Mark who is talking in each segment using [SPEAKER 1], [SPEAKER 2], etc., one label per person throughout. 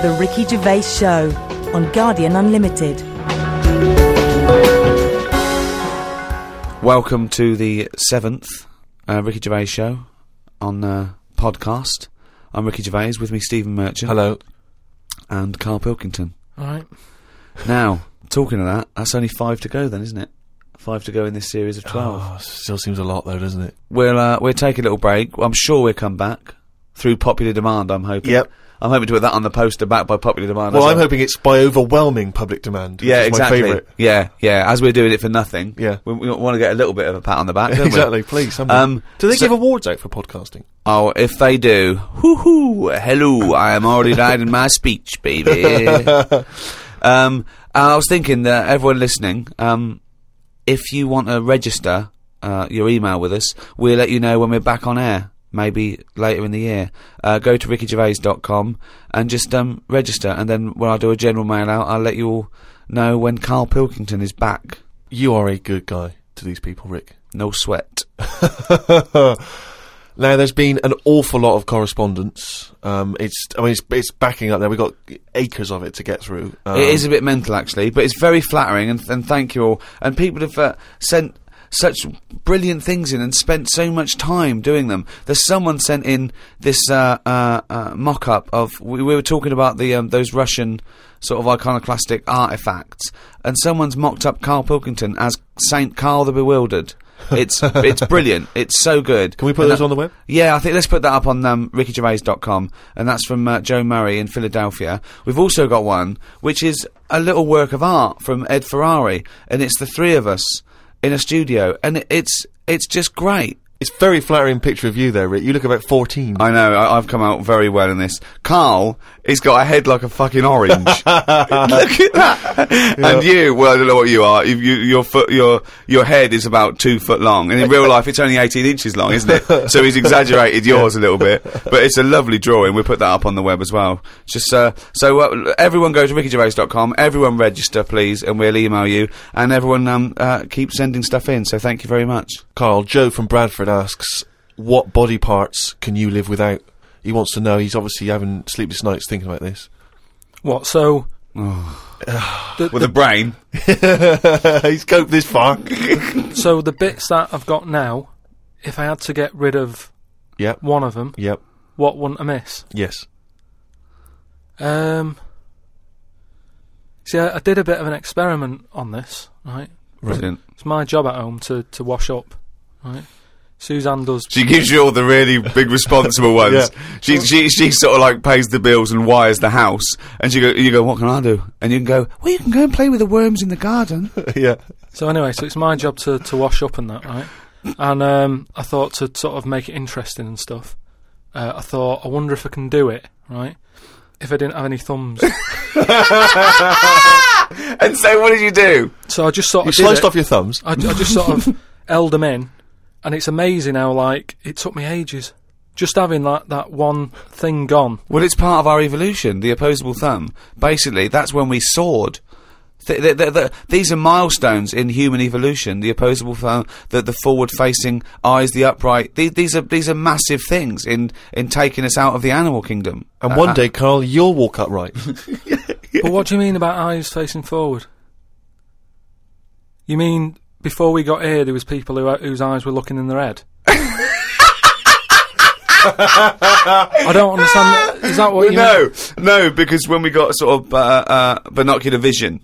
[SPEAKER 1] The Ricky Gervais Show on Guardian Unlimited.
[SPEAKER 2] Welcome to the seventh uh, Ricky Gervais show on uh, podcast. I'm Ricky Gervais. With me, Stephen Merchant.
[SPEAKER 3] Hello.
[SPEAKER 2] And Carl Pilkington.
[SPEAKER 3] All right.
[SPEAKER 2] Now, talking of that, that's only five to go, then, isn't it? Five to go in this series of twelve.
[SPEAKER 3] Oh, still seems a lot though, doesn't it?
[SPEAKER 2] We'll uh, we'll take a little break. I'm sure we'll come back through popular demand. I'm hoping.
[SPEAKER 3] Yep.
[SPEAKER 2] I'm hoping to put that on the poster, backed by popular demand.
[SPEAKER 3] Well,
[SPEAKER 2] as
[SPEAKER 3] I'm
[SPEAKER 2] well.
[SPEAKER 3] hoping it's by overwhelming public demand. Which
[SPEAKER 2] Yeah,
[SPEAKER 3] is
[SPEAKER 2] exactly.
[SPEAKER 3] My favourite.
[SPEAKER 2] Yeah, yeah. As we're doing it for nothing,
[SPEAKER 3] Yeah.
[SPEAKER 2] we, we want to get a little bit of a pat on the back. don't we?
[SPEAKER 3] exactly. Please. someone.
[SPEAKER 2] Um,
[SPEAKER 3] Do they
[SPEAKER 2] so-
[SPEAKER 3] give awards out for podcasting?
[SPEAKER 2] Oh, if they do, hoo hoo, hello, I am already right in my speech, baby. um, I was thinking that everyone listening, um, if you want to register uh, your email with us, we'll let you know when we're back on air, maybe later in the year. Uh, go to rickygervais.com and just um, register, and then when I do a general mail out, I'll let you all know when Carl Pilkington is back.
[SPEAKER 3] You are a good guy to these people, Rick.
[SPEAKER 2] No sweat.
[SPEAKER 3] now there's been an awful lot of correspondence. Um, it's I mean it's, it's backing up there. We've got acres of it to get through. Um,
[SPEAKER 2] it is a bit mental, actually, but it's very flattering, and, and thank you all. And people have uh, sent such brilliant things in and spent so much time doing them. There's someone sent in this uh, uh, uh, mock-up of we, we were talking about the um, those Russian sort of iconoclastic artifacts, and someone's mocked up Carl Pilkington as Saint Carl the Bewildered. It's it's brilliant. It's so good.
[SPEAKER 3] Can we put
[SPEAKER 2] And
[SPEAKER 3] those
[SPEAKER 2] that-
[SPEAKER 3] on the web?
[SPEAKER 2] yeah, I think let's put that up on um, rickygervais.com, and that's from uh, Joe Murray in Philadelphia. We've also got one, which is a little work of art from Ed Ferrari, and it's the three of us in a studio, and it- it's it's just great.
[SPEAKER 3] It's very flattering picture of you there, Rick. You look about fourteen.
[SPEAKER 2] I know, I, I've come out very well in this. Carl, he's got a head like a fucking orange. Look at that. And you, well, I don't know what you are. You, you, your foot, your your head is about two foot long, and in real life, it's only eighteen inches long, isn't it? So he's exaggerated yours a little bit, but it's a lovely drawing. We'll put that up on the web as well. It's Just uh, so uh, everyone go to rickygervais.com. Everyone register, please, and we'll email you. And everyone um, uh, keep sending stuff in. So thank you very much.
[SPEAKER 3] Carl Joe from Bradford asks, "What body parts can you live without?" He wants to know. He's obviously having sleepless nights thinking about this.
[SPEAKER 4] What? So
[SPEAKER 2] With a brain.
[SPEAKER 3] he's coped this far.
[SPEAKER 4] so the bits that I've got now, if I had to get rid of
[SPEAKER 3] yep.
[SPEAKER 4] one of them,
[SPEAKER 3] Yep.
[SPEAKER 4] what wouldn't I miss?
[SPEAKER 3] Yes.
[SPEAKER 4] Um, see, I, I did a bit of an experiment on this. Right,
[SPEAKER 2] Brilliant.
[SPEAKER 4] it's my job at home to to wash up. Right, Suzanne does.
[SPEAKER 2] She gives you all the really big responsible ones.
[SPEAKER 3] Yeah.
[SPEAKER 2] She, she she sort of like pays the bills and wires the house, and she go you go what can I do? And you can go well you can go and play with the worms in the garden.
[SPEAKER 3] yeah.
[SPEAKER 4] So anyway, so it's my job to to wash up and that, right? And um, I thought to sort of make it interesting and stuff. Uh, I thought, I wonder if I can do it, right? If I didn't have any thumbs,
[SPEAKER 2] and so what did you do?
[SPEAKER 4] so I just sort
[SPEAKER 3] You
[SPEAKER 4] of did
[SPEAKER 3] sliced
[SPEAKER 4] it.
[SPEAKER 3] off your thumbs.
[SPEAKER 4] I, I just sort of held them in, and it's amazing how like it took me ages just having that that one thing gone.
[SPEAKER 2] Well, it's part of our evolution, the opposable thumb. Basically, that's when we soared. Th- th- th- th- these are milestones in human evolution. The opposable thumb, the, the forward-facing eyes, the upright. These, these are these are massive things in in taking us out of the animal kingdom.
[SPEAKER 3] And
[SPEAKER 2] Uh,
[SPEAKER 3] one
[SPEAKER 2] uh,
[SPEAKER 3] day, Carl, you'll walk upright.
[SPEAKER 4] But what do you mean about eyes facing forward? You mean before we got here, there was people who, whose eyes were looking in their head. I don't understand. Is that what you mean?
[SPEAKER 2] no, no, because when we got sort of uh, uh, binocular vision,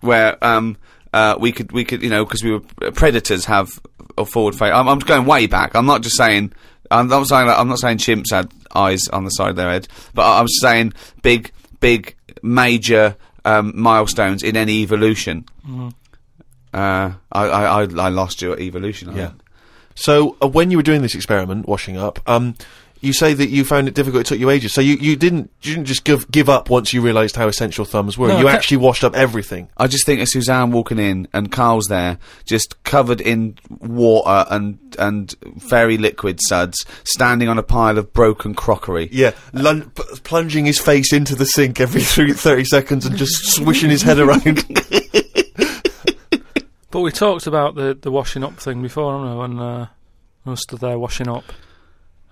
[SPEAKER 2] where um, uh, we could we could you know because we were uh, predators have a forward face. I'm, I'm going way back. I'm not just saying. I'm not saying I'm not saying chimps had eyes on the side of their head, but I- I'm saying big big major um, milestones in any evolution. Uh, I, I I I lost you at evolution. I
[SPEAKER 3] Yeah.
[SPEAKER 2] think.
[SPEAKER 3] So uh, when you were doing this experiment, washing up, um, you say that you found it difficult. It took you ages. So you, you didn't you didn't just give give up once you realised how essential thumbs were.
[SPEAKER 4] No,
[SPEAKER 3] you
[SPEAKER 4] I ca-
[SPEAKER 3] actually washed up everything.
[SPEAKER 2] I just think of Suzanne walking in and Carl's there, just covered in water and and fairy liquid suds, standing on a pile of broken crockery.
[SPEAKER 3] Yeah, lun- p- plunging his face into the sink every three, 30 seconds and just swishing his head around.
[SPEAKER 4] But we talked about the, the washing up thing before, haven't we? When uh, we were stood there washing up,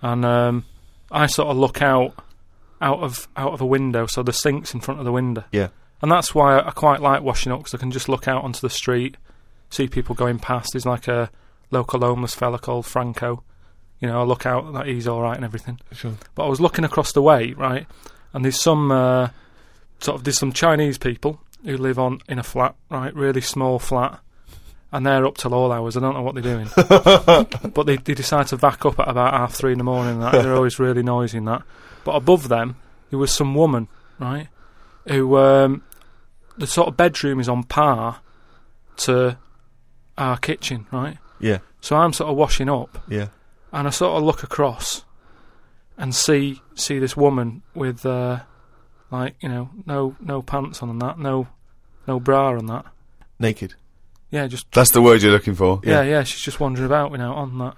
[SPEAKER 4] and um, I sort of look out out of out of a window, so the sink's in front of the window.
[SPEAKER 3] Yeah.
[SPEAKER 4] And that's why I quite like washing up because I can just look out onto the street, see people going past. There's like a local homeless fella called Franco. You know, I look out that he's all right and everything.
[SPEAKER 3] Sure.
[SPEAKER 4] But I was looking across the way, right, and there's some uh, sort of there's some Chinese people who live on in a flat, right, really small flat, and they're up till all hours. I don't know what they're doing, but they they decide to back up at about half three in the morning. And that they're always really noisy and that. But above them, there was some woman, right, who um, the sort of bedroom is on par to our kitchen, right.
[SPEAKER 3] Yeah.
[SPEAKER 4] So I'm sort of washing up,
[SPEAKER 3] Yeah.
[SPEAKER 4] and I sort of look across and see see this woman with uh, like you know no no pants on and that no no bra and that
[SPEAKER 3] Naked.
[SPEAKER 4] yeah just
[SPEAKER 2] That's the word you're looking for.
[SPEAKER 4] yeah yeah, she's just wandering about you know on that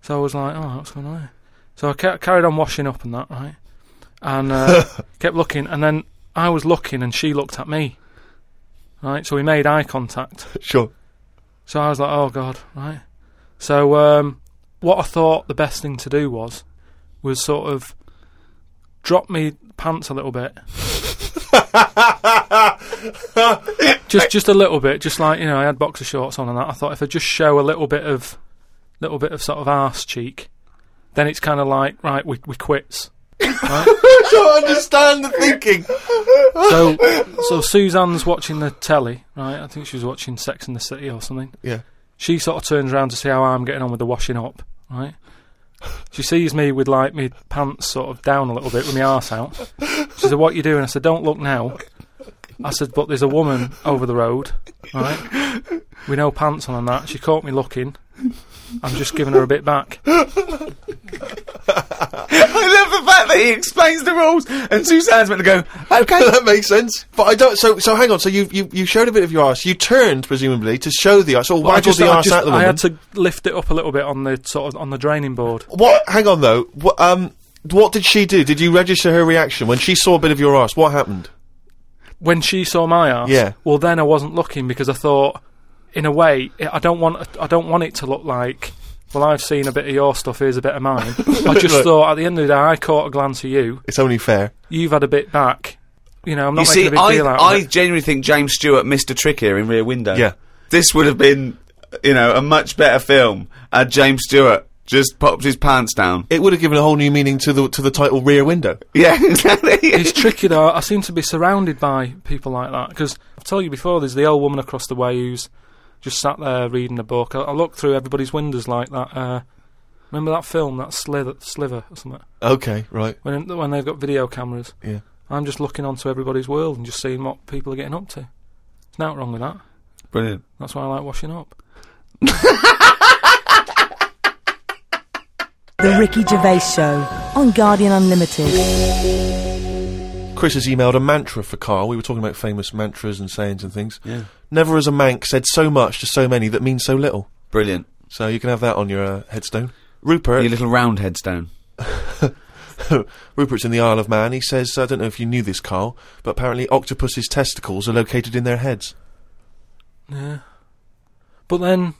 [SPEAKER 4] so I was like oh what's going on here? so I ca- carried on washing up and that right and uh, kept looking and then I was looking and she looked at me right so we made eye contact
[SPEAKER 3] Sure.
[SPEAKER 4] so I was like, oh god, right. So um, what I thought the best thing to do was was sort of drop me pants a little bit. just just a little bit, just like you know, I had boxer shorts on and that. I thought if I just show a little bit of little bit of sort of arse cheek, then it's kind of like right, we we quits.
[SPEAKER 3] I don't understand the thinking.
[SPEAKER 4] So so Suzanne's watching the telly, right? I think she was watching Sex in the City or something.
[SPEAKER 3] Yeah.
[SPEAKER 4] she sort of turns around to see how I'm getting on with the washing up, right? She sees me with like my pants sort of down a little bit with my arse out. She said, What you doing? I said, Don't look now. I said, But there's a woman over the road, right? With no pants on and that. She caught me looking. I'm just giving her a bit back.
[SPEAKER 2] I love the fact that he explains the rules, and Suzanne's meant to go, okay.
[SPEAKER 3] that makes sense. But I don't. So so hang on. So you you, you showed a bit of your arse. You turned presumably to show the arse or
[SPEAKER 4] But I
[SPEAKER 3] waggled
[SPEAKER 4] just,
[SPEAKER 3] the
[SPEAKER 4] I,
[SPEAKER 3] arse
[SPEAKER 4] just-
[SPEAKER 3] at the
[SPEAKER 4] I
[SPEAKER 3] woman.
[SPEAKER 4] had to lift it up a little bit on the sort of on the draining board.
[SPEAKER 3] What? Hang on though. What, um, what did she do? Did you register her reaction when she saw a bit of your arse? What happened?
[SPEAKER 4] when she saw my ass,
[SPEAKER 3] Yeah.
[SPEAKER 4] Well, then I wasn't looking because I thought, in a way, I I don't want I don't want it to look like. Well, I've seen a bit of your stuff. Here's a bit of mine. I just
[SPEAKER 3] Look.
[SPEAKER 4] thought at the end of the day, I caught a glance at you.
[SPEAKER 3] It's only fair.
[SPEAKER 4] You've had a bit back. You know, I'm not
[SPEAKER 2] You
[SPEAKER 4] making
[SPEAKER 2] see,
[SPEAKER 4] a big
[SPEAKER 2] I,
[SPEAKER 4] deal out
[SPEAKER 2] I
[SPEAKER 4] of it.
[SPEAKER 2] genuinely think James Stewart missed a trick here in Rear Window.
[SPEAKER 3] Yeah.
[SPEAKER 2] This would have been, you know, a much better film had James Stewart just popped his pants down.
[SPEAKER 3] It would have given a whole new meaning to the to the title Rear Window.
[SPEAKER 2] Yeah, exactly.
[SPEAKER 4] It's tricky though. I seem to be surrounded by people like that because I've told you before. There's the old woman across the way who's just sat there reading a book. I, I look through everybody's windows like that. Uh, remember that film, that slither, sliver or something.
[SPEAKER 3] Okay, right.
[SPEAKER 4] when when they've got video cameras.
[SPEAKER 3] Yeah.
[SPEAKER 4] I'm just looking onto everybody's world and just seeing what people are getting up to. There's nothing wrong with that.
[SPEAKER 2] Brilliant.
[SPEAKER 4] That's why I like washing up.
[SPEAKER 1] The Ricky Gervais Show on Guardian Unlimited.
[SPEAKER 3] Chris has emailed a mantra for Carl. We were talking about famous mantras and sayings and things.
[SPEAKER 2] Yeah.
[SPEAKER 3] Never has a Manx said so much to so many that means so little.
[SPEAKER 2] Brilliant.
[SPEAKER 3] So you can have that on your uh, headstone.
[SPEAKER 2] Your
[SPEAKER 3] Rupert,
[SPEAKER 2] little round headstone.
[SPEAKER 3] Rupert's in the Isle of Man. He says, I don't know if you knew this, Carl, but apparently octopus's testicles are located in their heads.
[SPEAKER 4] Yeah. But then,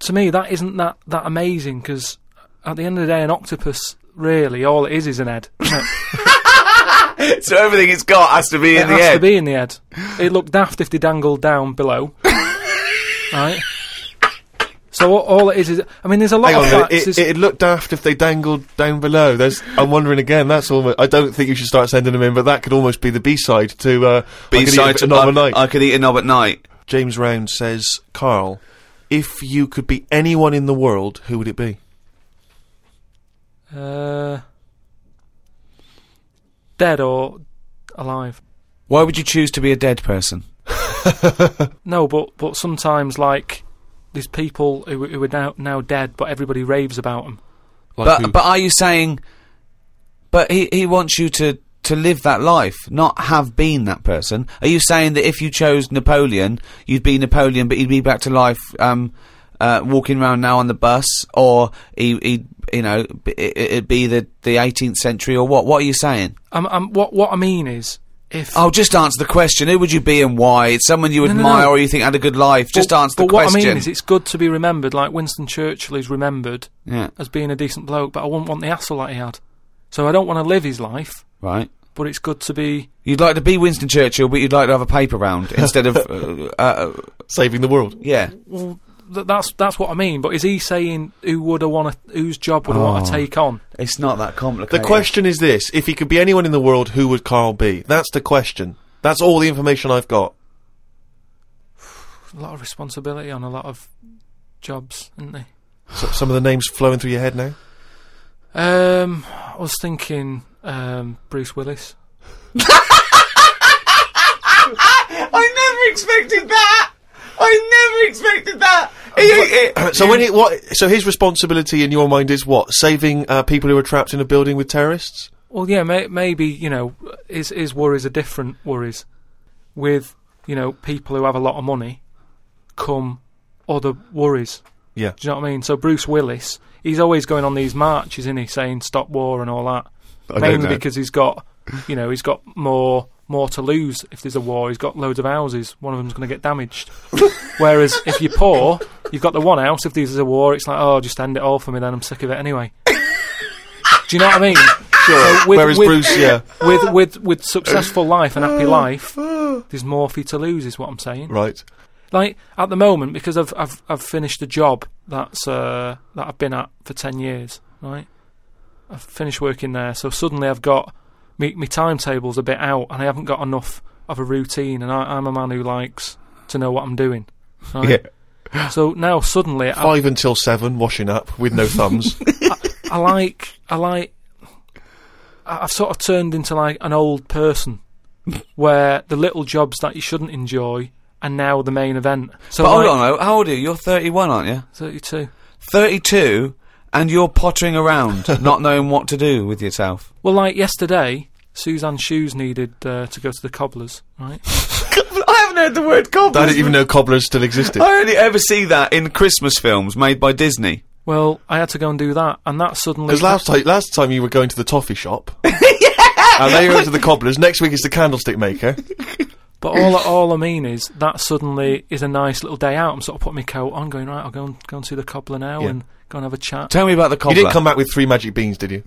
[SPEAKER 4] to me, that isn't that that amazing because at the end of the day, an octopus really all it is is an head. isn't it?
[SPEAKER 2] So everything it's got has to be
[SPEAKER 4] it
[SPEAKER 2] in the
[SPEAKER 4] has
[SPEAKER 2] end.
[SPEAKER 4] to be in the head. It looked daft if they dangled down below, right? So what, all it is is, I mean, there's a lot
[SPEAKER 3] Hang
[SPEAKER 4] of
[SPEAKER 3] on, a minute.
[SPEAKER 4] facts.
[SPEAKER 3] it,
[SPEAKER 4] There's-
[SPEAKER 3] it, it'd look daft if they dangled down below. There's, I'm wondering again. That's almost. I don't think you should start sending them in, but that could almost be the B side to uh,
[SPEAKER 2] B-side to-
[SPEAKER 3] another
[SPEAKER 2] I,
[SPEAKER 3] night.
[SPEAKER 2] I could eat a knob at night.
[SPEAKER 3] James Round says, Carl, if you could be anyone in the world, who would it be?
[SPEAKER 4] Uh, dead or alive?
[SPEAKER 2] Why would you choose to be a dead person?
[SPEAKER 4] No, but but sometimes like there's people who, who are now now dead, but everybody raves about them.
[SPEAKER 3] Like
[SPEAKER 2] but
[SPEAKER 3] who?
[SPEAKER 2] but are you saying? But he he wants you to to live that life, not have been that person. Are you saying that if you chose Napoleon, you'd be Napoleon, but he'd be back to life, um, uh, walking around now on the bus, or he he you know b- it, it'd be the the 18th century or what? What are you saying?
[SPEAKER 4] Um, um, what what I mean is if
[SPEAKER 2] Oh, just answer the question. Who would you be and why? It's someone you
[SPEAKER 4] no, no.
[SPEAKER 2] admire or you think had a good life.
[SPEAKER 4] but-
[SPEAKER 2] Just answer the
[SPEAKER 4] but
[SPEAKER 2] question.
[SPEAKER 4] what I mean is it's good to be remembered, like Winston Churchill is remembered
[SPEAKER 2] yeah.
[SPEAKER 4] as being a decent bloke, but I wouldn't want the hassle that he had. So I don't want to live his life,
[SPEAKER 2] Right.
[SPEAKER 4] but it's good to be.
[SPEAKER 2] You'd like to be Winston Churchill, but you'd like to have a paper round instead of, uh, uh,
[SPEAKER 3] Saving the world.
[SPEAKER 2] yeah.
[SPEAKER 4] Well, th- that's that's what I mean. But is he saying who would I want to, whose job would I want
[SPEAKER 2] Oh.
[SPEAKER 4] to take on?
[SPEAKER 2] It's not that
[SPEAKER 3] The
[SPEAKER 2] complicated.
[SPEAKER 3] question is this: If he could be anyone in the world, who would Carl be? That's the question. That's all the information I've got.
[SPEAKER 4] A lot of responsibility on a lot of jobs, isn't he?
[SPEAKER 3] So, some of the names flowing through your head now.
[SPEAKER 4] Um, I was thinking um, Bruce Willis.
[SPEAKER 2] I never expected that. I never expected that. He- he-
[SPEAKER 3] So when he, what? So his responsibility in your mind is what? Saving uh, people who are trapped in a building with terrorists.
[SPEAKER 4] Well, yeah, may- maybe you know his his worries are different worries with you know people who have a lot of money come other worries.
[SPEAKER 3] Yeah.
[SPEAKER 4] Do you know what I mean? So Bruce Willis, he's always going on these marches, isn't he? Saying stop war and all that.
[SPEAKER 2] I don't
[SPEAKER 4] Mainly
[SPEAKER 2] know.
[SPEAKER 4] because he's got, you know, he's got more more to lose if there's a war. He's got loads of houses. One of them's going to get damaged. Whereas if you're poor, you've got the one house. If there's a war, it's like oh, just end it all for me. Then I'm sick of it anyway. Do you know what I mean? So with-
[SPEAKER 3] Whereas
[SPEAKER 4] with-
[SPEAKER 3] Bruce, yeah,
[SPEAKER 4] with with with successful life and happy life, there's more for you to lose, is what I'm saying.
[SPEAKER 3] right.
[SPEAKER 4] Like at the moment, because I've I've I've finished a job that's uh, that I've been at for ten years, right? I've finished working there, so suddenly I've got me my timetable's a bit out, and I haven't got enough of a routine, and I, I'm a man who likes to know what I'm doing. Right?
[SPEAKER 2] Yeah.
[SPEAKER 4] So now suddenly I,
[SPEAKER 3] Five until seven, washing up with no thumbs.
[SPEAKER 4] I like I like I- I've sort of turned into like an old person where the little jobs that you shouldn't enjoy are now the main event. So
[SPEAKER 2] But hold
[SPEAKER 4] like,
[SPEAKER 2] on, though. how old are you? You're 31, aren't you?
[SPEAKER 4] thirty two.
[SPEAKER 2] 32, and you're pottering around, not knowing what to do with yourself.
[SPEAKER 4] Well like yesterday, Suzanne Shoes needed uh, to go to the cobblers, right?
[SPEAKER 2] I haven't heard the word
[SPEAKER 3] I
[SPEAKER 2] cobblers.
[SPEAKER 3] didn't even know cobblers still existed.
[SPEAKER 2] I only ever see that in Christmas films made by Disney.
[SPEAKER 4] Well, I had to go and do that and that suddenly
[SPEAKER 3] Because last time, last time you were going to the toffee shop, and they go to the cobblers. Next week is the candlestick maker.
[SPEAKER 4] But all all I mean is that suddenly is a nice little day out. I'm sort of putting my coat on, going, right, I'll go and go and see the cobbler now
[SPEAKER 3] Yeah.
[SPEAKER 4] and go and have a chat.
[SPEAKER 2] Tell me about the
[SPEAKER 3] You
[SPEAKER 2] cobbler.
[SPEAKER 3] didn't come back with three magic beans, did you?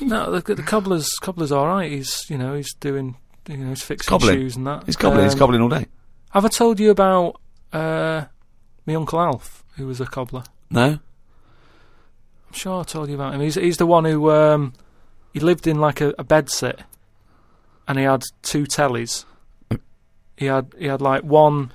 [SPEAKER 4] No, the, the cobbler's cobbler's all right. He's you know he's doing you know he's fixing
[SPEAKER 2] Cobbling.
[SPEAKER 4] shoes and that.
[SPEAKER 2] He's cobbling. he's
[SPEAKER 4] Um,
[SPEAKER 2] cobbling all day.
[SPEAKER 4] Have I told you about uh, my uncle Alf, who was a cobbler?
[SPEAKER 2] No.
[SPEAKER 4] I'm sure I told you about him. He's he's the one who um, he lived in like a, a bed sit, and he had two tellies. He had he had like one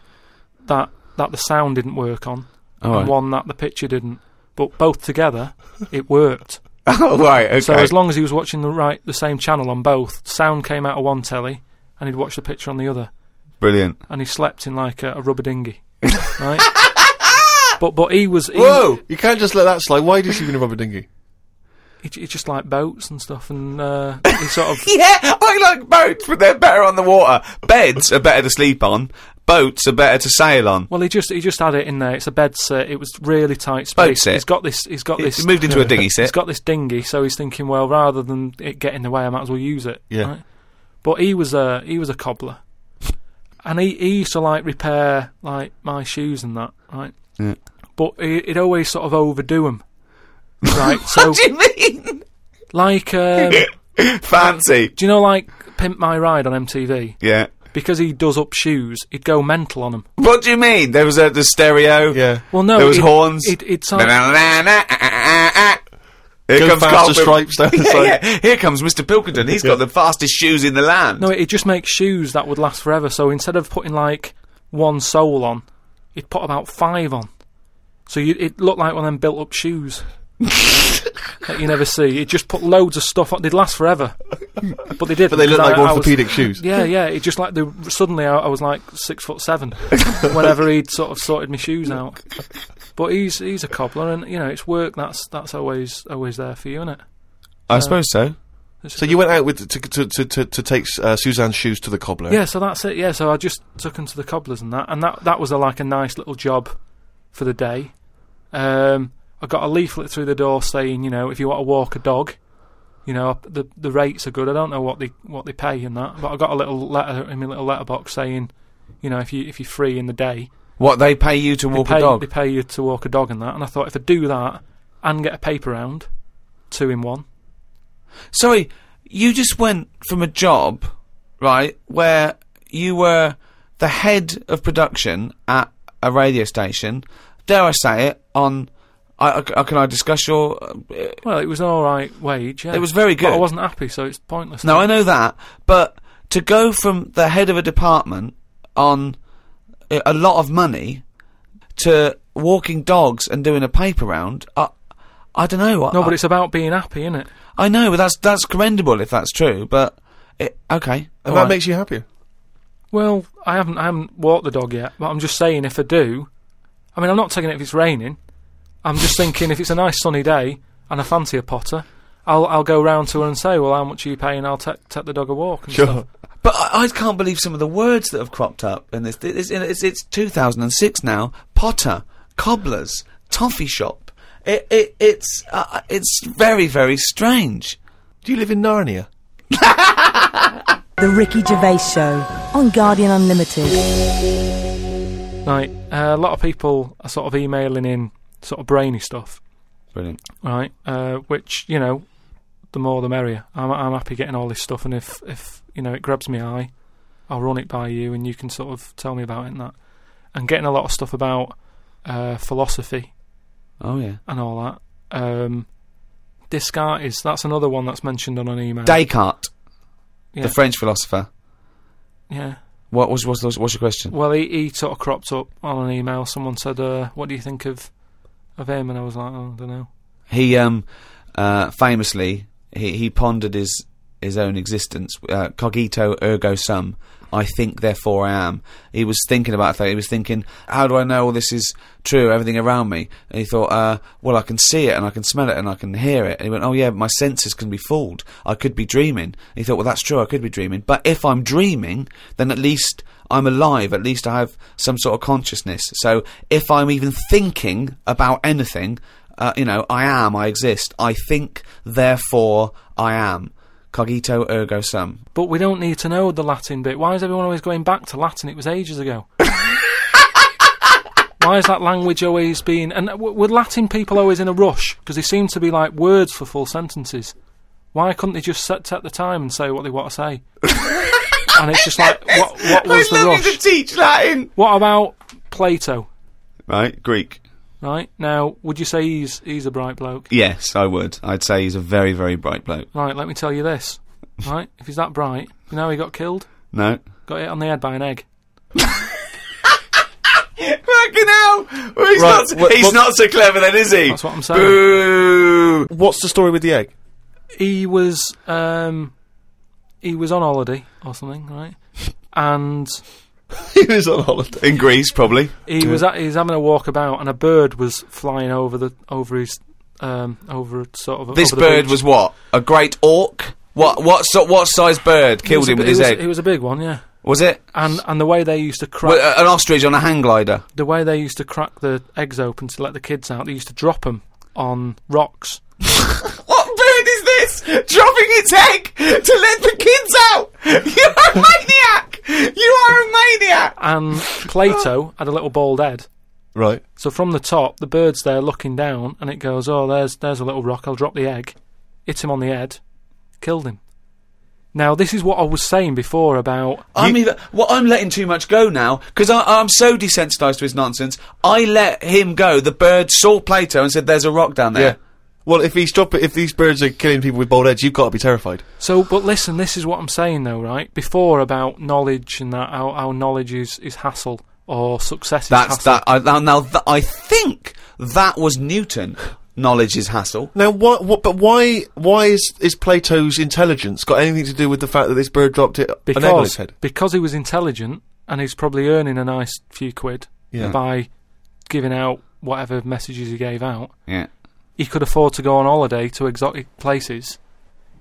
[SPEAKER 4] that that the sound didn't work on,
[SPEAKER 2] All
[SPEAKER 4] and one that the picture didn't. But both together, it worked.
[SPEAKER 2] oh, right. Okay.
[SPEAKER 4] So as long as he was watching the right the same channel on both, sound came out of one telly and he'd watch the picture on the other.
[SPEAKER 2] Brilliant.
[SPEAKER 4] And he slept in like a, a rubber dinghy. right? But but he was he,
[SPEAKER 3] Whoa! You can't just let that slide. Why did you even rub a dinghy?
[SPEAKER 4] he, he just liked boats and stuff and uh, he sort of
[SPEAKER 2] Yeah, I like boats, but they're better on the water. Beds are better to sleep on. Boats are better to sail on.
[SPEAKER 4] well he just he just had it in there. It's a bed set, it was really tight space.
[SPEAKER 2] set.
[SPEAKER 4] He's got this he's got this
[SPEAKER 2] It's moved into a dinghy
[SPEAKER 4] he's
[SPEAKER 2] set.
[SPEAKER 4] got this dinghy, so he's thinking, well, rather than it get in the way, I might as well use it.
[SPEAKER 3] Yeah.
[SPEAKER 4] right? But he was a he was a cobbler, and he, he used to like repair like my shoes and that, right?
[SPEAKER 2] Yeah.
[SPEAKER 4] But he, he'd always sort of overdo them, right? So
[SPEAKER 2] What do you mean?
[SPEAKER 4] like, um, do
[SPEAKER 2] Fancy.
[SPEAKER 4] you know like Pimp My Ride on MTV?
[SPEAKER 2] Yeah.
[SPEAKER 4] Because he does up shoes, he'd go mental on them.
[SPEAKER 2] What do you mean? There was a the stereo.
[SPEAKER 3] Yeah.
[SPEAKER 4] Well, no,
[SPEAKER 2] There was
[SPEAKER 4] he'd-
[SPEAKER 2] horns.
[SPEAKER 4] He'd, he'd
[SPEAKER 2] Na,
[SPEAKER 4] start,
[SPEAKER 2] na, na, na, ah, ah, ah, ah. Here
[SPEAKER 3] Go
[SPEAKER 2] comes
[SPEAKER 3] faster
[SPEAKER 2] Carl Pil-
[SPEAKER 3] stripes down the
[SPEAKER 2] Yeah,
[SPEAKER 3] side.
[SPEAKER 2] yeah. Here comes Mr. Pilkington. He's got the fastest shoes in the land.
[SPEAKER 4] No, it'd just make shoes that would last forever. So instead of putting like one sole on, he'd put about five on. So you, it looked like one of them built up shoes that you never see. It just put loads of stuff on. They'd last forever. But they did.
[SPEAKER 3] But they look like orthopedic shoes.
[SPEAKER 4] Yeah, yeah. It just like the suddenly I, I was like six foot seven whenever he'd sort of sorted my shoes out. But he's he's a cobbler, and you know it's work that's that's always always there for you, isn't it?
[SPEAKER 2] I suppose so.
[SPEAKER 3] So you went out with to to to, to, to take uh, Suzanne's shoes to the cobbler.
[SPEAKER 4] Yeah, so that's it. Yeah, so I just took him to the cobblers and that, and that that was a, like a nice little job for the day. Um, I got a leaflet through the door saying, you know, if you want to walk a dog, you know, up- the the rates are good. I don't know what they what they pay and that, but I got a little letter in my little letterbox saying, you know, if you if you're free in the day,
[SPEAKER 2] What they pay you to walk
[SPEAKER 4] they pay,
[SPEAKER 2] a dog?
[SPEAKER 4] they pay you to walk a dog and that. And I thought if I do that and get a paper round, two in one,
[SPEAKER 2] Sorry, you just went from a job, right, where you were the head of production at a radio station. Dare I say it? On, I, I- can I discuss your? uh,
[SPEAKER 4] Well, it was an all right wage. Yeah.
[SPEAKER 2] It was very
[SPEAKER 4] But I
[SPEAKER 2] good.
[SPEAKER 4] wasn't happy, so it's pointless.
[SPEAKER 2] No, I know that, but to go from the head of a department on uh, a a lot of money to walking dogs and doing a paper round, I, I don't know.
[SPEAKER 4] no, but it's about being happy, isn't it?
[SPEAKER 2] I know, but that's that's commendable if that's true. But it, okay,
[SPEAKER 3] And that
[SPEAKER 2] alright.
[SPEAKER 3] makes you happier.
[SPEAKER 4] Well, I haven't I haven't walked the dog yet, but I'm just saying if I do, I mean I'm not taking it if it's raining. I'm just thinking if it's a nice sunny day and I fancy a potter, I'll I'll go round to her and say, well, how much are you paying? I'll take take the dog a walk and stuff.
[SPEAKER 2] But I, I can't believe some of the words that have cropped up in this. It's, it's, it's 2006 now. Potter, cobblers, toffee shop. It, it, it's uh, it's very very strange.
[SPEAKER 3] Do you live in Narnia?
[SPEAKER 1] The Ricky Gervais Show on Guardian Unlimited.
[SPEAKER 4] Right, uh, a lot of people are sort of emailing in sort of brainy stuff,
[SPEAKER 2] Brilliant.
[SPEAKER 4] right? Uh, which you know, the more the merrier. I'm I'm happy getting all this stuff, and if if you know it grabs me eye, I'll run it by you, and you can sort of tell me about it and that. And getting a lot of stuff about uh, philosophy
[SPEAKER 2] Oh yeah.
[SPEAKER 4] and all that. Um, Descartes is that's another one that's mentioned on an
[SPEAKER 3] Uh,
[SPEAKER 4] email.
[SPEAKER 2] Descartes,
[SPEAKER 4] yeah,
[SPEAKER 2] the French philosopher.
[SPEAKER 4] yeah.
[SPEAKER 2] What was was what's your question?
[SPEAKER 4] Well, he, he sort of cropped up on an email. Someone said, uh, "What do you think of of him?" And I was like, "Oh, I don't know."
[SPEAKER 2] He um uh, famously he, he pondered his his own existence. Uh, cogito ergo sum. I think, therefore I am. He was thinking about that. He was thinking, how do I know all this is true? Everything around me. And he thought, uh, well, I can see it and I can smell it and I can hear it. And he went, oh yeah, my senses can be fooled. I could be dreaming. And he thought, well, that's true. I could be dreaming. But if I'm dreaming, then at least I'm alive. At least I have some sort of consciousness. So if I'm even thinking about anything, uh, you know, I am, I exist, I think, therefore I am. Cogito ergo sum.
[SPEAKER 4] But we don't need to know the Latin bit. Why is everyone always going back to Latin? It was ages ago. Why is that language always been? And w- were Latin people always in a rush? Because they seem to be like words for full sentences. Why couldn't they just set, take the time and say what they want to say? and it's just like, what, what was the rush?
[SPEAKER 2] teach Latin.
[SPEAKER 4] What about Plato?
[SPEAKER 2] Right, Greek.
[SPEAKER 4] Right now, would you say he's he's a bright bloke?
[SPEAKER 2] Yes, I would. I'd say he's a very, very bright bloke.
[SPEAKER 4] Right, let me tell you this. Right, if he's that bright, you know how he got killed?
[SPEAKER 2] No.
[SPEAKER 4] Got hit on the head by an egg.
[SPEAKER 2] Fucking hell! he's
[SPEAKER 3] Right, not- what- he's what-
[SPEAKER 2] not so clever then, is he?
[SPEAKER 4] That's what I'm saying.
[SPEAKER 2] Boo!
[SPEAKER 3] What's the story with the egg?
[SPEAKER 4] he was um, he was on holiday or something, right? And
[SPEAKER 3] he was on holiday.
[SPEAKER 2] In Greece, probably.
[SPEAKER 4] he was at, he was having a walk about, and a bird was flying over the over his um, over sort of
[SPEAKER 2] This
[SPEAKER 4] over the
[SPEAKER 2] bird
[SPEAKER 4] beach.
[SPEAKER 2] was what? A great orc? What what so, what size bird
[SPEAKER 4] It was
[SPEAKER 2] killed
[SPEAKER 4] a
[SPEAKER 2] him
[SPEAKER 4] bi-
[SPEAKER 2] with
[SPEAKER 4] it
[SPEAKER 2] his
[SPEAKER 4] was,
[SPEAKER 2] egg?
[SPEAKER 4] It was Oh. a big one, yeah.
[SPEAKER 2] was it?
[SPEAKER 4] And and the way they used to crack
[SPEAKER 2] Well, uh, an ostrich on a hang glider.
[SPEAKER 4] the way they used to crack the eggs open to let the kids out, they used to drop them on rocks.
[SPEAKER 2] What bird is this? Dropping its egg to let the kids out! You're a maniac! You are a maniac!
[SPEAKER 4] And Plato had a little bald head.
[SPEAKER 3] Right.
[SPEAKER 4] So from the top, the bird's there looking down, and it goes, "Oh, there's there's a little rock. I'll drop the egg." Hit him on the head, killed him. Now this is what I was saying before about
[SPEAKER 2] I'm either, well, I'm letting too much go now because I'm so desensitized to his nonsense. I let him go. The bird saw Plato and said, "There's a rock down there."
[SPEAKER 3] Yeah. Well, if he's drop if these birds are killing people with bald heads, you've got to be terrified.
[SPEAKER 4] so. But listen, this is what I'm saying though, right? Before about knowledge and that how, how knowledge is is hassle or success is
[SPEAKER 2] That's
[SPEAKER 4] hassle.
[SPEAKER 2] that. I, now, now th- I think that was Newton. Knowledge is hassle.
[SPEAKER 3] Now, what? What? But why? Why is is Plato's intelligence got anything to do with the fact that this bird dropped it an egg on its
[SPEAKER 4] because
[SPEAKER 3] head?
[SPEAKER 4] because he was intelligent and he's probably earning a nice few quid
[SPEAKER 3] Yeah.
[SPEAKER 4] by giving out whatever messages he gave out.
[SPEAKER 2] Yeah.
[SPEAKER 4] he could afford to go on holiday to exotic places.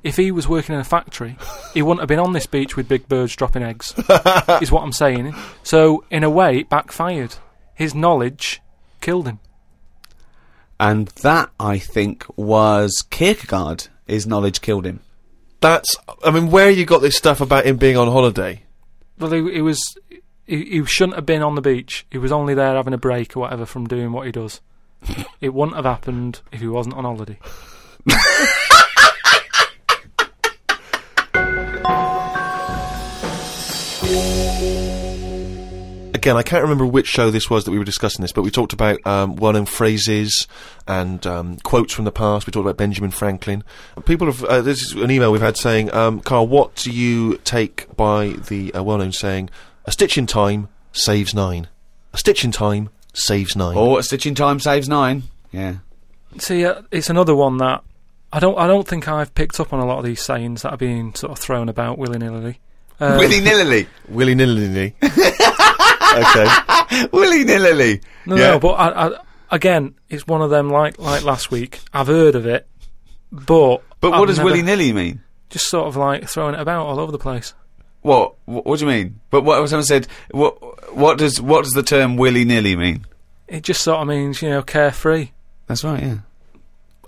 [SPEAKER 4] If he was working in a factory, he wouldn't have been on this beach with big birds dropping eggs, is what I'm saying. So, in a way, it backfired. His knowledge killed him.
[SPEAKER 2] And that I think was Kierkegaard. His knowledge killed him.
[SPEAKER 3] That's. I mean, where you got this stuff about him being on holiday?
[SPEAKER 4] Well, he, he was. He, he shouldn't have been on the beach. He was only there having a break or whatever from doing what he does. it wouldn't have happened if he wasn't on holiday.
[SPEAKER 3] again, I can't remember which show this was that we were discussing this, but we talked about um, well-known phrases and um, quotes from the past. We talked about Benjamin Franklin. People have. Uh, this is an email we've had saying, um, "Carl, what do you take by the uh, well-known saying, a stitch in time saves nine? A stitch in time saves nine.
[SPEAKER 2] Or Oh, a stitch in time saves nine. Yeah.
[SPEAKER 4] See, uh, it's another one that I don't. I don't think I've picked up on a lot of these sayings that are being sort of thrown about willy nilly. Um,
[SPEAKER 2] willy nilly.
[SPEAKER 3] Willy nilly. okay.
[SPEAKER 2] willy nilly.
[SPEAKER 4] No, no, but I, I, again, it's one of them. Like like last week, I've heard of it, but
[SPEAKER 2] But what
[SPEAKER 4] I've
[SPEAKER 2] does
[SPEAKER 4] never-
[SPEAKER 2] willy nilly mean?
[SPEAKER 4] Just sort of like throwing it about all over the place.
[SPEAKER 2] What? what? What do you mean? But what someone said. What? What does what does the term willy nilly mean?
[SPEAKER 4] It just sort of means you know carefree.
[SPEAKER 2] That's right. Yeah.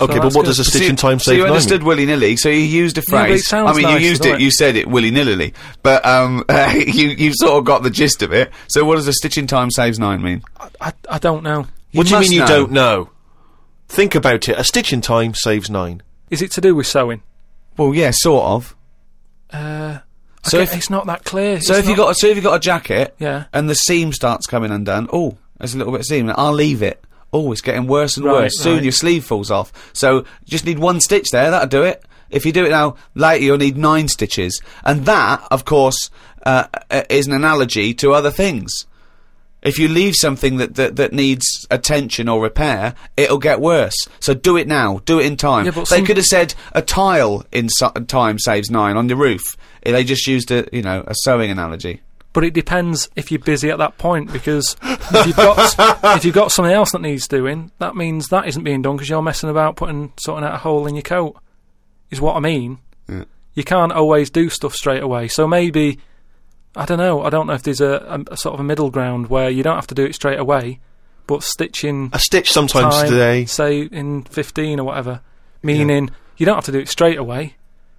[SPEAKER 3] Okay, but
[SPEAKER 4] that's
[SPEAKER 3] what
[SPEAKER 4] good.
[SPEAKER 3] does a stitch
[SPEAKER 2] so,
[SPEAKER 3] in time
[SPEAKER 2] so
[SPEAKER 3] save
[SPEAKER 2] you
[SPEAKER 3] nine?
[SPEAKER 2] understood willy nilly. So you used a
[SPEAKER 4] but it
[SPEAKER 2] phrase. I
[SPEAKER 4] sounds
[SPEAKER 2] mean,
[SPEAKER 4] nice,
[SPEAKER 2] you used
[SPEAKER 4] doesn't
[SPEAKER 2] it.
[SPEAKER 4] it?
[SPEAKER 2] You said it willy nilly. But um, you you sort of got the gist of it. So what does a stitch in time saves nine mean?
[SPEAKER 4] I, I don't know.
[SPEAKER 3] What do you
[SPEAKER 2] must
[SPEAKER 3] mean you
[SPEAKER 2] know.
[SPEAKER 3] don't know? Think about it. A stitch in time saves nine.
[SPEAKER 4] Is it to do with sewing?
[SPEAKER 2] Well, yeah, sort of.
[SPEAKER 4] Uh,
[SPEAKER 2] So
[SPEAKER 4] so
[SPEAKER 2] if-
[SPEAKER 4] it's not that clear.
[SPEAKER 2] So
[SPEAKER 4] It's
[SPEAKER 2] if you
[SPEAKER 4] not-
[SPEAKER 2] got so if you got a jacket,
[SPEAKER 4] Yeah.
[SPEAKER 2] and the seam starts coming undone. Oh, there's a little bit of seam. I'll leave it. Oh, it's getting worse and
[SPEAKER 4] Right,
[SPEAKER 2] worse. Soon
[SPEAKER 4] right.
[SPEAKER 2] your sleeve falls off. So just need one stitch there. That'll do it. If you do it now, later you'll need nine stitches. And that, of course, uh, uh, is an analogy to other things. If you leave something that, that, that needs attention or repair, it'll get worse. So do it now. Do it in time.
[SPEAKER 4] Yeah, but
[SPEAKER 2] they
[SPEAKER 4] some-
[SPEAKER 2] could have said a tile in so- time saves nine on the roof. Eh, They just used a you know a sewing analogy.
[SPEAKER 4] but it depends if you're busy at that point because if you've got if you've got something else that needs doing, that means that isn't being done because you're messing about putting sorting out a hole in your coat. Is what I mean. You can't always do stuff straight away. So maybe I don't know. I don't know if there's a, a, a sort of a middle ground where you don't have to do it straight away, but stitching
[SPEAKER 3] A stitch sometimes
[SPEAKER 4] time,
[SPEAKER 3] today.
[SPEAKER 4] say in fifteen or whatever, meaning you don't have to do it straight away,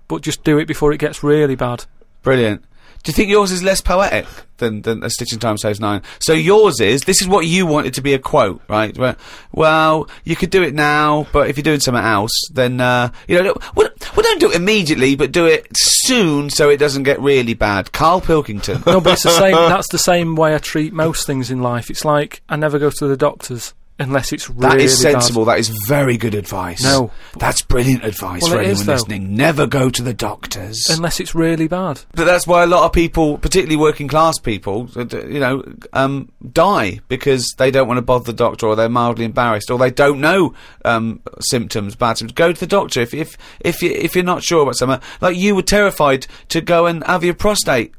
[SPEAKER 4] but just do it before it gets really bad.
[SPEAKER 2] Brilliant. Do you think yours is less poetic than, than A Stitch in Time Saves Nine? So yours is, this is what you wanted to be a quote, right? Well- Well, you could do it now, but if you're doing something else, then, uh, you know, don't- well, well, don't do it immediately, but do it soon so it doesn't get really bad. Carl Pilkington.
[SPEAKER 4] No, but it's the same. That's the same way I treat most things in life. It's like I never go to the doctors unless it's really
[SPEAKER 2] That is
[SPEAKER 4] bad.
[SPEAKER 2] sensible. That is very good advice.
[SPEAKER 4] No.
[SPEAKER 2] That's brilliant advice
[SPEAKER 4] Well,
[SPEAKER 2] for
[SPEAKER 4] it is,
[SPEAKER 2] anyone
[SPEAKER 4] though.
[SPEAKER 2] listening. Never go to the doctors.
[SPEAKER 4] Unless it's really bad.
[SPEAKER 2] But that's why a lot of people, particularly working class people, uh, d- you know, um, die because they don't want to bother the doctor, or they're mildly embarrassed, or they don't know um, symptoms, bad symptoms. Go to the doctor if if if you if you're not sure about something. Like you were terrified to go and have your prostate.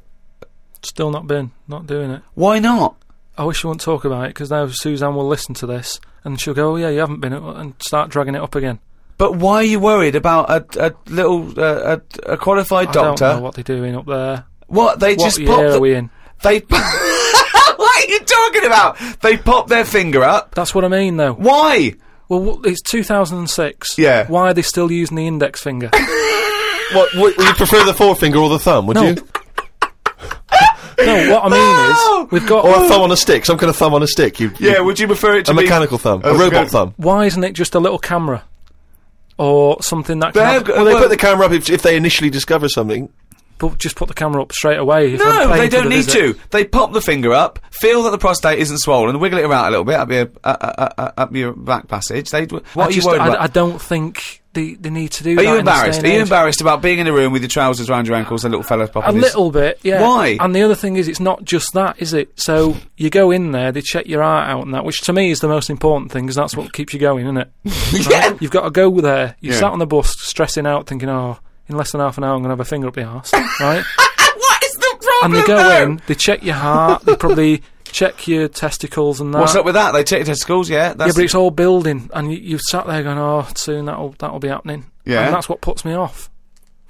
[SPEAKER 4] Still not been. Not doing it.
[SPEAKER 2] Why not?
[SPEAKER 4] I wish you wouldn't talk about it because now Suzanne will listen to this and she'll go, "Oh yeah, you haven't been," and start dragging it up again.
[SPEAKER 2] But why are you worried about a, a little uh, a, a qualified
[SPEAKER 4] I don't know
[SPEAKER 2] doctor?
[SPEAKER 4] what they're doing up there.
[SPEAKER 2] What they
[SPEAKER 4] What
[SPEAKER 2] just
[SPEAKER 4] year
[SPEAKER 2] pop
[SPEAKER 4] are
[SPEAKER 2] the-
[SPEAKER 4] we in?
[SPEAKER 2] they. what are you talking about? They pop their finger up.
[SPEAKER 4] That's what I mean, though.
[SPEAKER 2] Why?
[SPEAKER 4] Well, w- it's 2006.
[SPEAKER 2] Yeah.
[SPEAKER 4] Why are they still using the index finger?
[SPEAKER 3] What, what would you prefer, the forefinger or the thumb? Would
[SPEAKER 4] No.
[SPEAKER 3] you?
[SPEAKER 4] no, what I mean
[SPEAKER 2] No!
[SPEAKER 4] is we've got.
[SPEAKER 3] Or a thumb on a stick? Some kind of thumb on a stick? You, you-
[SPEAKER 2] Yeah, would you prefer it to
[SPEAKER 3] a
[SPEAKER 2] be
[SPEAKER 3] mechanical thumb, a
[SPEAKER 2] Okay.
[SPEAKER 3] robot thumb.
[SPEAKER 4] why isn't it just a little camera or something that can
[SPEAKER 2] They've
[SPEAKER 4] have-
[SPEAKER 2] got-
[SPEAKER 3] Well, they
[SPEAKER 2] well-
[SPEAKER 3] put the camera up if, if they initially discover something.
[SPEAKER 4] But just put the camera up straight away. If I'm
[SPEAKER 2] No,
[SPEAKER 4] paying
[SPEAKER 2] they
[SPEAKER 4] for
[SPEAKER 2] don't
[SPEAKER 4] the
[SPEAKER 2] need
[SPEAKER 4] visit.
[SPEAKER 2] to. They pop the finger up, feel that the prostate isn't swollen, wiggle it around a little bit up your uh, uh, uh, uh, up your back passage. They what
[SPEAKER 4] I
[SPEAKER 2] are you
[SPEAKER 4] just-
[SPEAKER 2] worried
[SPEAKER 4] I,
[SPEAKER 2] about?
[SPEAKER 4] I don't think they, they need to do
[SPEAKER 2] are
[SPEAKER 4] that.
[SPEAKER 2] you
[SPEAKER 4] in this day
[SPEAKER 2] embarrassed?
[SPEAKER 4] and
[SPEAKER 2] Are you
[SPEAKER 4] age.
[SPEAKER 2] embarrassed about being in a room with your trousers round your ankles and little fellas
[SPEAKER 4] A
[SPEAKER 2] popping? his-
[SPEAKER 4] little bit, yeah.
[SPEAKER 2] Why?
[SPEAKER 4] And the other thing is, it's not just that, is it? So you go in there, they check your heart out and that, which to me is the most important thing because that's what keeps you going, isn't it?
[SPEAKER 2] yeah.
[SPEAKER 4] You've got to go there. You
[SPEAKER 2] Yeah.
[SPEAKER 4] sat on the bus stressing out, thinking, oh, in less than half an hour, I'm going to have a finger up the arse, right?
[SPEAKER 2] What is the problem?
[SPEAKER 4] and they go
[SPEAKER 2] though?
[SPEAKER 4] in, they check your heart, they probably check your testicles and that.
[SPEAKER 2] What's up with that? They take your testicles, yeah.
[SPEAKER 4] Yeah,
[SPEAKER 2] That's
[SPEAKER 4] but it's all building, and you, you've sat there going, "Oh, soon that'll that'll be happening."
[SPEAKER 2] Yeah.
[SPEAKER 4] and that's what puts me off.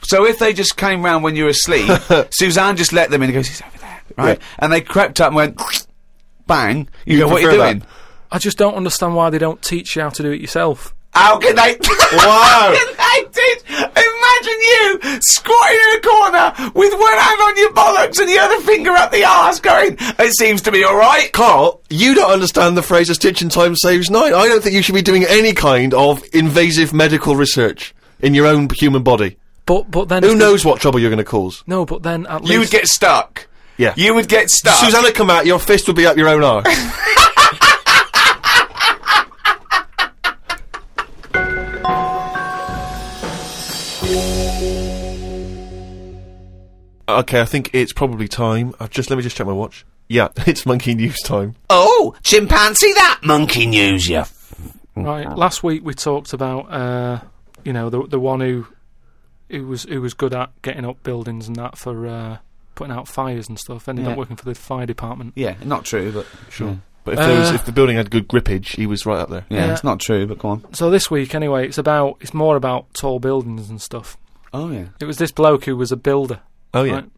[SPEAKER 2] so if they just came round when you were asleep, Suzanne just let them in and goes, "He's over there," right? And they crept up and went, bang. You, go, what are you
[SPEAKER 3] prefer that?
[SPEAKER 2] doing?
[SPEAKER 4] I just don't understand why they don't teach you how to do it yourself.
[SPEAKER 2] How can they? How
[SPEAKER 3] Wow.
[SPEAKER 2] can they teach? Imagine you squatting in a corner with one hand on your bollocks and the other finger up the arse, going, "It seems to be all right."
[SPEAKER 3] Carl, you don't understand the phrase "a stitch in time saves nine. I don't think you should be doing any kind of invasive medical research in your own human body.
[SPEAKER 4] But but then
[SPEAKER 3] Who
[SPEAKER 4] if they-
[SPEAKER 3] knows what trouble you're going to cause?
[SPEAKER 4] No, but then at
[SPEAKER 2] You'd
[SPEAKER 4] least
[SPEAKER 2] get stuck.
[SPEAKER 3] Yeah.
[SPEAKER 2] You would get stuck.
[SPEAKER 3] Susanna come out, your fist would be up your own arse. okay, I think it's probably time. I've just let me just check my watch. Yeah, it's monkey news time.
[SPEAKER 2] oh, chimpanzee, that monkey news you.
[SPEAKER 4] Right. Last week we talked about uh, you know the the one who who was who was good at getting up buildings and that for uh, putting out fires and stuff. Ended
[SPEAKER 2] Yeah.
[SPEAKER 4] up working for the fire department.
[SPEAKER 2] Yeah, not true, but sure.
[SPEAKER 3] But if, there was,
[SPEAKER 4] Uh.
[SPEAKER 3] if the building had good grippage, he was right up there.
[SPEAKER 2] Yeah,
[SPEAKER 4] Yeah.
[SPEAKER 2] it's not true, but go on.
[SPEAKER 4] So this week anyway, it's about it's more about tall buildings and stuff.
[SPEAKER 2] Oh yeah.
[SPEAKER 4] It was this bloke who was a builder.
[SPEAKER 3] Oh yeah,
[SPEAKER 4] Right.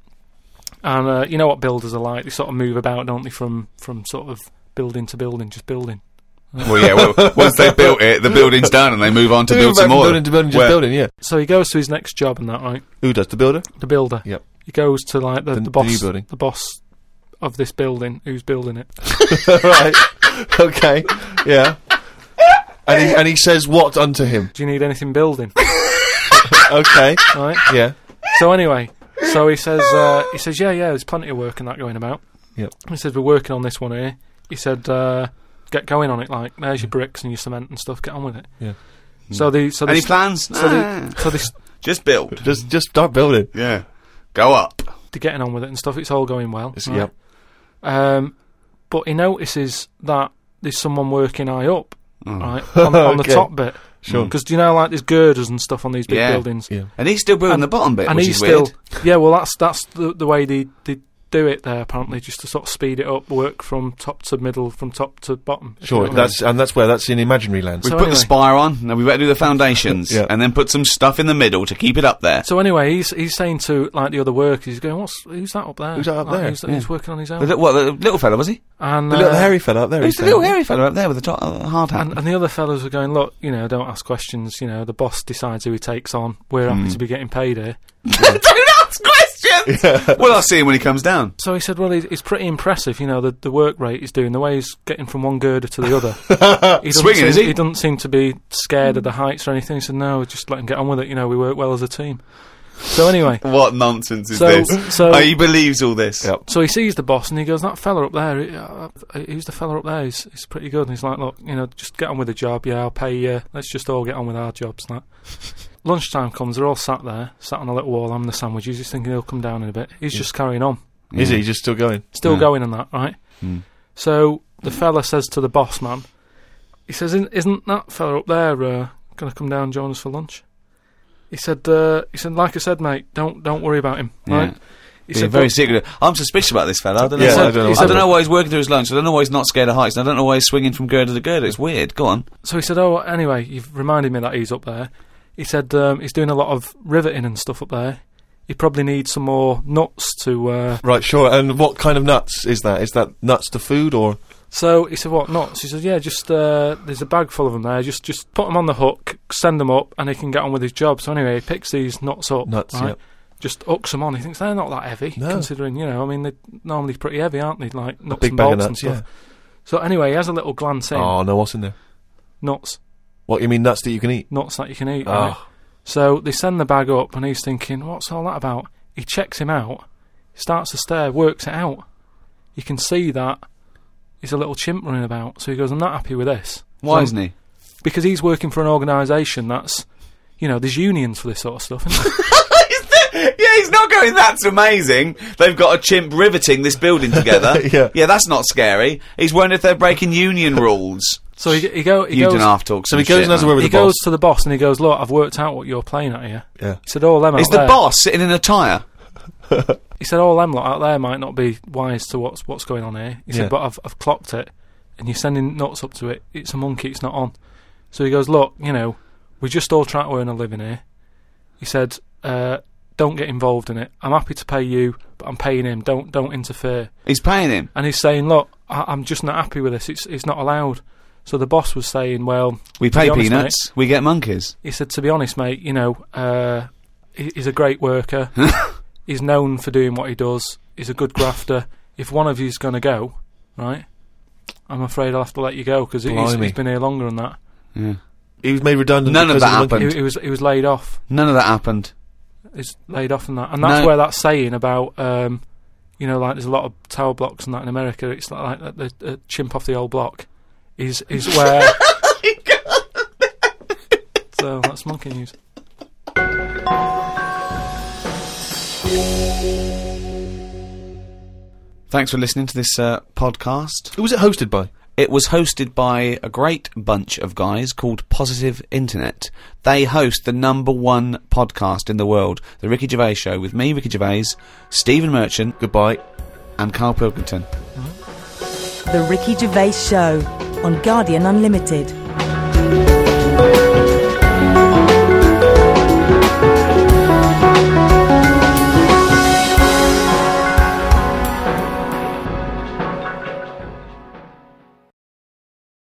[SPEAKER 4] And uh, you know what builders are like? They sort of move about, don't they? From from sort of building to building, just building.
[SPEAKER 2] Well, yeah. Well, once they built it, the building's done, and they move on to
[SPEAKER 3] Move
[SPEAKER 2] build
[SPEAKER 3] back
[SPEAKER 2] some
[SPEAKER 3] from
[SPEAKER 2] more.
[SPEAKER 3] Building to building, just
[SPEAKER 2] Where-
[SPEAKER 3] building. Yeah.
[SPEAKER 4] So he goes to his next job and that, right?
[SPEAKER 3] Who does the builder?
[SPEAKER 4] The builder.
[SPEAKER 3] Yep.
[SPEAKER 4] He goes to like the,
[SPEAKER 3] The-
[SPEAKER 4] the,
[SPEAKER 3] the new
[SPEAKER 4] boss,
[SPEAKER 3] building.
[SPEAKER 4] the boss of this building, who's building it.
[SPEAKER 3] right. Okay. Yeah. And he, and he says what unto him?
[SPEAKER 4] Do you need anything building?
[SPEAKER 3] Okay.
[SPEAKER 4] right.
[SPEAKER 3] Yeah.
[SPEAKER 4] So anyway, so he says, uh, he says, yeah, yeah, there's plenty of work and that going about.
[SPEAKER 3] Yep.
[SPEAKER 4] He says we're working on this one here. He said, uh, get going on it. Like there's your bricks and your cement and stuff. Get on with it.
[SPEAKER 3] Mm. Yeah.
[SPEAKER 4] So the so
[SPEAKER 2] Any
[SPEAKER 4] they-
[SPEAKER 2] plans?
[SPEAKER 4] so
[SPEAKER 2] Nah.
[SPEAKER 4] they, so they
[SPEAKER 2] Just build.
[SPEAKER 3] Just just start building.
[SPEAKER 2] Yeah. Go up.
[SPEAKER 4] they're getting on with it and stuff. It's all going well.
[SPEAKER 3] It's-
[SPEAKER 4] right?
[SPEAKER 3] Yep.
[SPEAKER 4] Um, but he notices that there's someone working high up,
[SPEAKER 2] Mm.
[SPEAKER 4] right, on, on
[SPEAKER 3] Oh. Okay.
[SPEAKER 4] the top bit.
[SPEAKER 3] Sure.
[SPEAKER 4] Because do you know, like there's girders and stuff on these big
[SPEAKER 2] Yeah.
[SPEAKER 4] buildings,
[SPEAKER 3] Yeah.
[SPEAKER 2] And he's still building the bottom bit,
[SPEAKER 4] and
[SPEAKER 2] which
[SPEAKER 4] he's
[SPEAKER 2] is
[SPEAKER 4] still,
[SPEAKER 2] weird.
[SPEAKER 4] yeah. Well, that's that's the, the way they they do it there. Apparently, just to sort of speed it up, work from top to middle, from top to bottom. if you know what
[SPEAKER 3] Sure.
[SPEAKER 4] I mean.
[SPEAKER 3] That's and that's where that's in imaginary land.
[SPEAKER 2] We
[SPEAKER 4] So
[SPEAKER 2] put the
[SPEAKER 4] anyway.
[SPEAKER 2] spire on, now we better do the foundations,
[SPEAKER 3] Yeah.
[SPEAKER 2] and then put some stuff in the middle to keep it up there.
[SPEAKER 4] So anyway, he's he's saying to like the other workers, he's going, "What's who's that up there?
[SPEAKER 3] Who's that up
[SPEAKER 4] Like,
[SPEAKER 3] there?
[SPEAKER 4] Who's,
[SPEAKER 2] Yeah.
[SPEAKER 4] who's working on his
[SPEAKER 2] The
[SPEAKER 4] own?"
[SPEAKER 2] li- what, the little fella, was he?
[SPEAKER 4] And
[SPEAKER 3] The little
[SPEAKER 4] uh,
[SPEAKER 3] hairy fella up there.
[SPEAKER 2] Who's
[SPEAKER 3] he's
[SPEAKER 2] the little
[SPEAKER 3] saying.
[SPEAKER 2] hairy fella up there with the top, uh, hard hat?
[SPEAKER 4] And, and the other fellows were going, look, you know, don't ask questions. You know, the boss decides who he takes on. We're
[SPEAKER 2] Hmm.
[SPEAKER 4] happy to be getting paid here.
[SPEAKER 2] Don't ask questions! Well, I'll see him when he comes down.
[SPEAKER 4] So he said, well, it's, it's pretty impressive, you know, the, the work rate he's doing, the way he's getting from one girder to the other. he doesn't
[SPEAKER 2] Swinging,
[SPEAKER 4] seem,
[SPEAKER 2] is he?
[SPEAKER 4] doesn't seem to be scared of the heights or anything. He said, no, just let him get on with it. You know, we work well as a team. So anyway,
[SPEAKER 2] What nonsense is
[SPEAKER 4] So-
[SPEAKER 2] this?
[SPEAKER 4] so-
[SPEAKER 2] oh, he believes all this.
[SPEAKER 3] Yep.
[SPEAKER 4] so he sees the boss and he goes, that fella up there, he- uh, who's the fella up there? He's, he's pretty good. And he's like, look, you know, just get on with the job. Yeah, I'll pay you. Let's just all get on with our jobs and that. Lunchtime comes, they're all sat there, sat on a little wall, having the sandwiches. He's thinking he'll come down in a bit. He's just carrying on.
[SPEAKER 3] Is he just still going?
[SPEAKER 4] still
[SPEAKER 2] Yeah. Hmm.
[SPEAKER 4] going on that, right? So the fella says to the boss man, he says, "Isn't- "Isn't that fella up there uh, going to come down and join us for lunch?" He said, uh, "He said, like I said, mate, don't don't worry about him,
[SPEAKER 2] Yeah.
[SPEAKER 4] right?" He
[SPEAKER 2] He's
[SPEAKER 4] said,
[SPEAKER 2] very
[SPEAKER 4] "But-
[SPEAKER 2] secretive. I'm suspicious about this fella. I don't know.
[SPEAKER 3] Yeah,
[SPEAKER 2] why.
[SPEAKER 3] I don't know
[SPEAKER 2] I
[SPEAKER 3] what's
[SPEAKER 2] don't
[SPEAKER 3] up.
[SPEAKER 2] know why he's working through his lunch. I don't know why he's not scared of heights. and I don't know why he's swinging from girder to girder. It's weird. Go on.
[SPEAKER 4] So he said, "Oh, anyway, you've reminded me that he's up there." He said um, he's doing a lot of riveting and stuff up there. He probably needs some more nuts to. Uh...
[SPEAKER 3] Right. Sure. And what kind of nuts is that? Is that nuts to food or?
[SPEAKER 4] So he said, "What nuts?" He said, "Yeah, just uh, there's a bag full of them there. Just just put them on the hook, send them up, and he can get on with his job." So anyway, he picks these nuts up.
[SPEAKER 3] Nuts,
[SPEAKER 4] right?
[SPEAKER 3] yep.
[SPEAKER 4] Just hooks them on. He thinks they're not that heavy,
[SPEAKER 3] No.
[SPEAKER 4] considering you know. I mean, they're normally pretty heavy, aren't they? Like nuts
[SPEAKER 3] big
[SPEAKER 4] and
[SPEAKER 3] bag
[SPEAKER 4] bolts
[SPEAKER 3] of
[SPEAKER 4] and
[SPEAKER 3] nuts,
[SPEAKER 4] stuff. So anyway, he has a little glance in
[SPEAKER 3] Oh no, what's in there?
[SPEAKER 4] nuts,
[SPEAKER 3] What you mean nuts that you can eat?
[SPEAKER 4] nuts that you can eat. right?
[SPEAKER 3] Oh.
[SPEAKER 4] So they send the bag up, and he's thinking, "What's all that about?" He checks him out, starts to stare, works it out. You can see that he's a little chimp running about. So he goes, "I'm not happy with this."
[SPEAKER 2] Why
[SPEAKER 4] So-
[SPEAKER 2] isn't he?
[SPEAKER 4] because he's working for an organisation that's, you know, there's unions for this sort of stuff. Isn't there?
[SPEAKER 2] Yeah, he's not going, that's amazing. They've got a chimp riveting this building together.
[SPEAKER 3] Yeah.
[SPEAKER 2] Yeah, that's not scary. He's wondering if they're breaking union rules.
[SPEAKER 4] so he, he, go, he
[SPEAKER 2] You
[SPEAKER 4] goes,
[SPEAKER 2] done half talk.
[SPEAKER 3] So he goes and has a word with
[SPEAKER 4] he
[SPEAKER 3] the
[SPEAKER 4] goes
[SPEAKER 3] boss.
[SPEAKER 4] to the boss and he goes, "Look, I've worked out what you're playing at here."
[SPEAKER 3] Yeah.
[SPEAKER 4] He said, "All them out
[SPEAKER 2] Is the
[SPEAKER 4] there."
[SPEAKER 2] boss sitting in a tyre?
[SPEAKER 4] He said, "All them lot out there might not be wise to what's what's going on here." He
[SPEAKER 3] Yeah.
[SPEAKER 4] said, "But I've I've clocked it, and you're sending nuts up to it. It's a monkey. It's not on." So he goes, "Look, you know, we're just all trying to earn a living here." He said, uh, "Don't get involved in it. I'm happy to pay you, but I'm paying him. Don't don't interfere."
[SPEAKER 2] He's paying him.
[SPEAKER 4] and he's saying, "Look, I- I'm just not happy with this. It's it's not allowed." So the boss was saying, "Well,
[SPEAKER 2] We
[SPEAKER 4] to
[SPEAKER 2] pay
[SPEAKER 4] be honest,
[SPEAKER 2] peanuts. we get monkeys.
[SPEAKER 4] mate," he said, "To be honest, mate, you know, uh, he- he's a great worker. he's known for doing what he does. He's a good grafter. If one of you's going to go, right, I'm afraid I'll have to let you go because he's,
[SPEAKER 3] Blimey.
[SPEAKER 4] he's been here longer than that.
[SPEAKER 3] He was made redundant.
[SPEAKER 2] None of
[SPEAKER 3] because
[SPEAKER 2] that
[SPEAKER 3] the monkey-
[SPEAKER 2] happened.
[SPEAKER 4] He, he was he was laid off.
[SPEAKER 2] None of that happened.
[SPEAKER 4] He's laid off and that, and that's
[SPEAKER 2] No.
[SPEAKER 4] where that saying about um, you know, like there's a lot of tower blocks and that in America. It's like, like the, the chimp off the old block is is where. so that's monkey news.
[SPEAKER 2] Thanks for listening to this uh, podcast.
[SPEAKER 3] Who was it hosted by?
[SPEAKER 2] It was hosted by a great bunch of guys called Positive Internet. They host the number one podcast in the world, The Ricky Gervais Show, with me, Ricky Gervais, Stephen Merchant,
[SPEAKER 3] Goodbye.
[SPEAKER 2] and Carl Pilkington.
[SPEAKER 1] The Ricky Gervais Show on Guardian Unlimited.